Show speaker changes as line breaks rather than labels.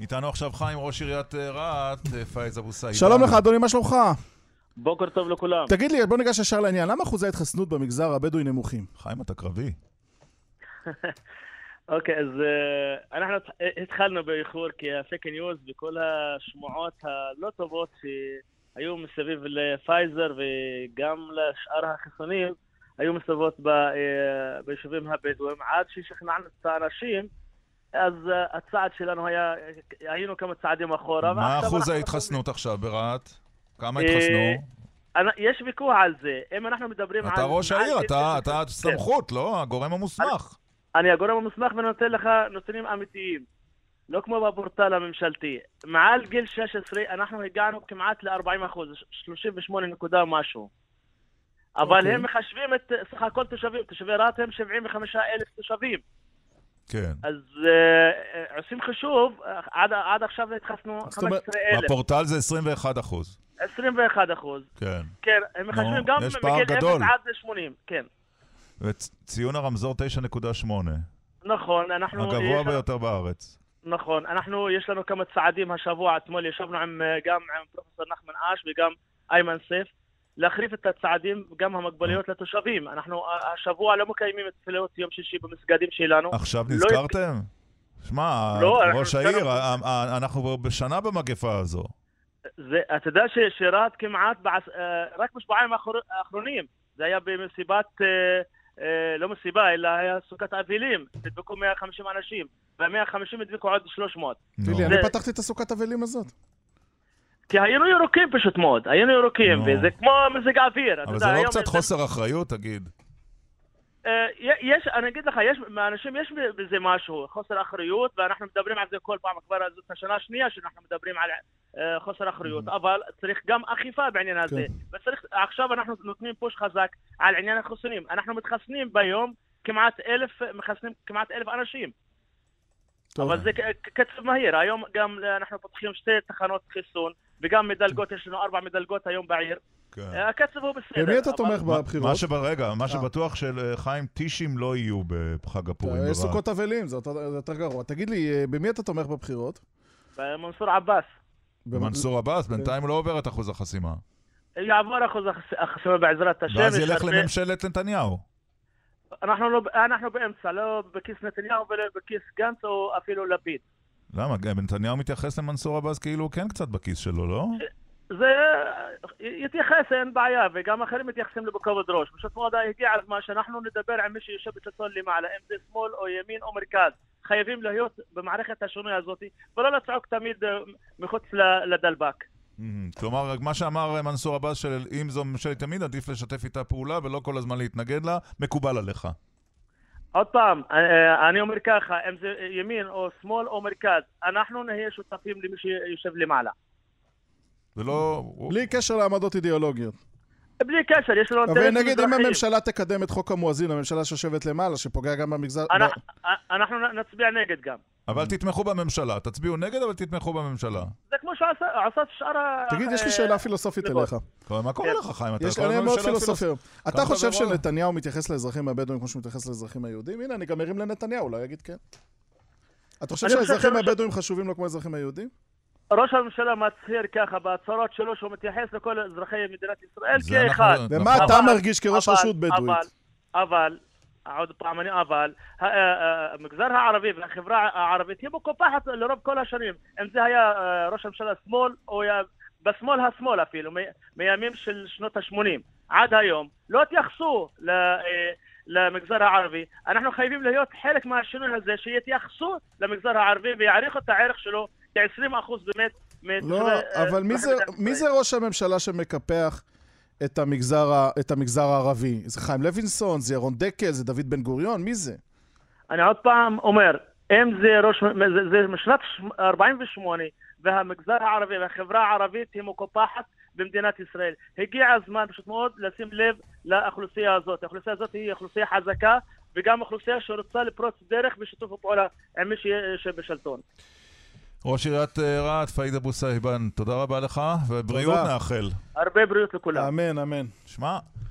איתנו עכשיו חיים, ראש עיריית אה, רהט, אה, פאיז אבו סעיד.
שלום לך, אדוני, מה שלומך?
בוקר טוב לכולם.
תגיד לי, בוא ניגש ישר לעניין, למה אחוזי ההתחסנות במגזר הבדואי נמוכים?
חיים, אתה קרבי.
אוקיי, אז אה, אנחנו התח- התחלנו באיחור כי הפייק ניוז וכל השמועות הלא טובות שהיו מסביב לפייזר וגם לשאר החיסונים, היו מסביבות ב- אה, ביישובים הבדואים, עד ששכנענו את האנשים, אז אה, הצעד שלנו היה, היינו כמה צעדים אחורה.
מה
ועכשיו
אחוז
אנחנו-
ההתחסנות עכשיו ברהט? כמה
אה,
התחסנו?
אנ- יש ויכוח על זה. אם אנחנו מדברים על...
אתה ראש
על-
העיר, אתה- אתה
כן.
סמכות, לא? הגורם המוסמך.
אני הגורם המוסמך ואני נותן לך נתונים אמיתיים. לא כמו בפורטל הממשלתי. מעל גיל 16 אנחנו הגענו כמעט ל-40 אחוז, 38 נקודה משהו. אבל
אוקיי.
הם מחשבים את אה, סך הכל תושבים, תושבי רהט הם 75 אלף תושבים.
כן.
אז אה, אה, עושים חישוב, אה, עד, עד עכשיו התחסנו
זאת אומרת,
15 אלף,
בפורטל זה 21 אחוז.
21 אחוז.
כן.
כן, הם מחשבים גם
יש פער
מגיל 0
גדול.
עד 80, כן.
וציון הרמזור 9.8,
נכון, אנחנו... יש
הגבוה
לנו-
ביותר בארץ.
נכון, אנחנו, יש לנו כמה צעדים השבוע, אתמול ישבנו עם, אה, גם עם פרופסור נחמן אש וגם איימן סייף, להחריף את הצעדים, גם המגבלויות לתושבים. אנחנו אה, השבוע לא מקיימים את תפילות יום שישי במסגדים שלנו.
עכשיו
לא
נזכרתם? שמע,
לא, אנחנו
ראש העיר,
נזכרנו.
ה- ה- אנחנו כבר בשנה במגפה הזו.
זה, אתה יודע ש- שרהט כמעט, בעש, אה, רק בשבועיים האחר- האחרונים, זה היה במסיבת, אה, אה, לא מסיבה, אלא היה סוכת אבלים, נדבקו 150 אנשים, וה-150 הדביקו עוד 300.
נו.
לילי, אני
זה-
פתחתי את הסוכת אבלים הזאת.
כי היינו ירוקים פשוט מאוד, היינו ירוקים,
נו.
וזה כמו מזג האוויר. אתה
אבל
יודע,
זה לא
היום
קצת
זה-
חוסר אחריות, תגיד.
אה, יש, אני אגיד לך, יש, מהאנשים יש בזה משהו, חוסר אחריות, ואנחנו מדברים על זה כל פעם, כבר זאת השנה השנייה שאנחנו מדברים על אה, חוסר אחריות, אבל צריך גם אכיפה בעניין הזה. וצריך, עכשיו אנחנו נותנים פוש חזק על עניין החיסונים. אנחנו מתחסנים ביום כמעט אלף, מחסנים כמעט אלף אנשים,
טוב.
אבל זה ק- קצב מהיר. היום גם אה, אנחנו פותחים שתי תחנות חיסון, וגם מדלגות, יש לנו ארבע מדלגות היום בעיר.
כן.
אה, הקצב הוא בסדר.
במי אתה
אבל-
תומך
מה- מה
בבחירות?
שברגע, מה
אה.
שבטוח שלחיים טישים לא יהיו בחג הפורים
יש
ברהט.
אה, סוכות אבלים, זה אותו- זה יותר גרוע. תגיד לי, אה, במי אתה תומך בבחירות?
מנסור עבאס.
מנסור עבאס
כן.
בינתיים לא עובר את אחוז החסימה.
יעבור אחוז החס- החסימה בעזרת השם.
ואז
יש
ילך
הרבה-
לממשלת נתניהו.
אנחנו, לא, אנחנו באמצע, לא בכיס נתניהו ולא בכיס גנץ או אפילו לפיד.
למה? גם נתניהו מתייחס למנסור עבאס כאילו הוא כן קצת בכיס שלו, לא?
זה יתייחס, אין בעיה, וגם אחרים מתייחסים לו בכובד ראש. פשוט מאוד הגיע הזמן שאנחנו נדבר עם מי שיושב בצדו למעלה, אם זה שמאל או ימין או מרכז. חייבים להיות במערכת השינוי הזאת, ולא לצעוק תמיד אה, מחוץ ל- לדלבק.
אמ, כלומר, רק מה שאמר אה, מנסור עבאס, שאם זו ממשלת ימין, עדיף לשתף איתה פעולה ולא כל הזמן להתנגד לה, מקובל עליך.
עוד פעם, אה, אני אומר ככה, אם זה ימין או שמאל או מרכז, אנחנו נהיה שותפים למי שיושב למעלה.
זה לא...
בלי קשר לעמדות אידיאולוגיות.
בלי קשר, יש לנו
אבל
אינטרסים
נגיד, אם
אזרחיים.
הממשלה תקדם את חוק המואזין, הממשלה שיושבת למעלה, שפוגע גם במגזר...
אנחנו- אנחנו נצביע נגד גם.
אבל תתמכו בממשלה. תצביעו נגד, אבל תתמכו בממשלה.
זה כמו שעשה שאר ה...
תגיד, יש לי
אה,
שאלה פילוסופית
נכון.
אליך.
כלומר, מה קורה
כן.
לך, חיים? אתה
יש
כל
לי
הזמן
מאוד
שאלה פילוסופית.
פילוסופיה. אתה
כמה
חושב
אתה ברור?
שנתניהו מתייחס לאזרחים הבדואים כמו שהוא מתייחס לאזרחים היהודים? הנה, אני גם מרים לנתניהו, אולי יגיד כן. אתה חושב
אני חושב
שהאזרחים
שראש-
הבדואים חשובים לו כמו האזרחים היהודים?
ראש הממשלה מצהיר ככה בהצהרות שלו שהוא מתייחס לכל אזרחי מדינת ישראל
זה
כאחד.
אנחנו-
ומה
נכון.
אתה
אבל-
מרגיש כראש
אבל-
רשות בדואית?
אבל, אבל, עוד פעם, אני אבל, ה- ה- המגזר הערבי והחברה הערבית היא מקופחת לרוב כל השנים. אם זה היה אה, ראש הממשלה שמאל, או היה בשמאל השמאל אפילו, מ- מימים של שנות ה-80 עד היום, לא התייחסו ל- אה, למגזר הערבי. אנחנו חייבים להיות חלק מהשינוי הזה, שיתייחסו למגזר הערבי ויעריכו את הערך שלו כ-20% באמת.
לא,
מתושבי, אה,
אבל מי זה-
מדינת
מי
ישראל.
זה ראש הממשלה שמקפח את המגזר ה- את המגזר הערבי? זה חיים לוינסון, זה ירון דקל, זה דוד בן גוריון, מי זה?
אני עוד פעם אומר, אם זה ראש, זה, זה משנת 48' והמגזר הערבי והחברה הערבית היא מקופחת במדינת ישראל. הגיע הזמן פשוט מאוד לשים לב לאוכלוסייה הזאת. האוכלוסייה הזאת היא אוכלוסייה חזקה וגם אוכלוסייה שרוצה לפרוץ דרך בשיתוף הפעולה עם מי שיושב בשלטון.
ראש עיריית אה, רהט, פאיד אבו סהיבן, תודה רבה לך, ובריאות
תודה.
נאחל.
לא. הרבה בריאות לכולם.
אמן, אמן.
שמע,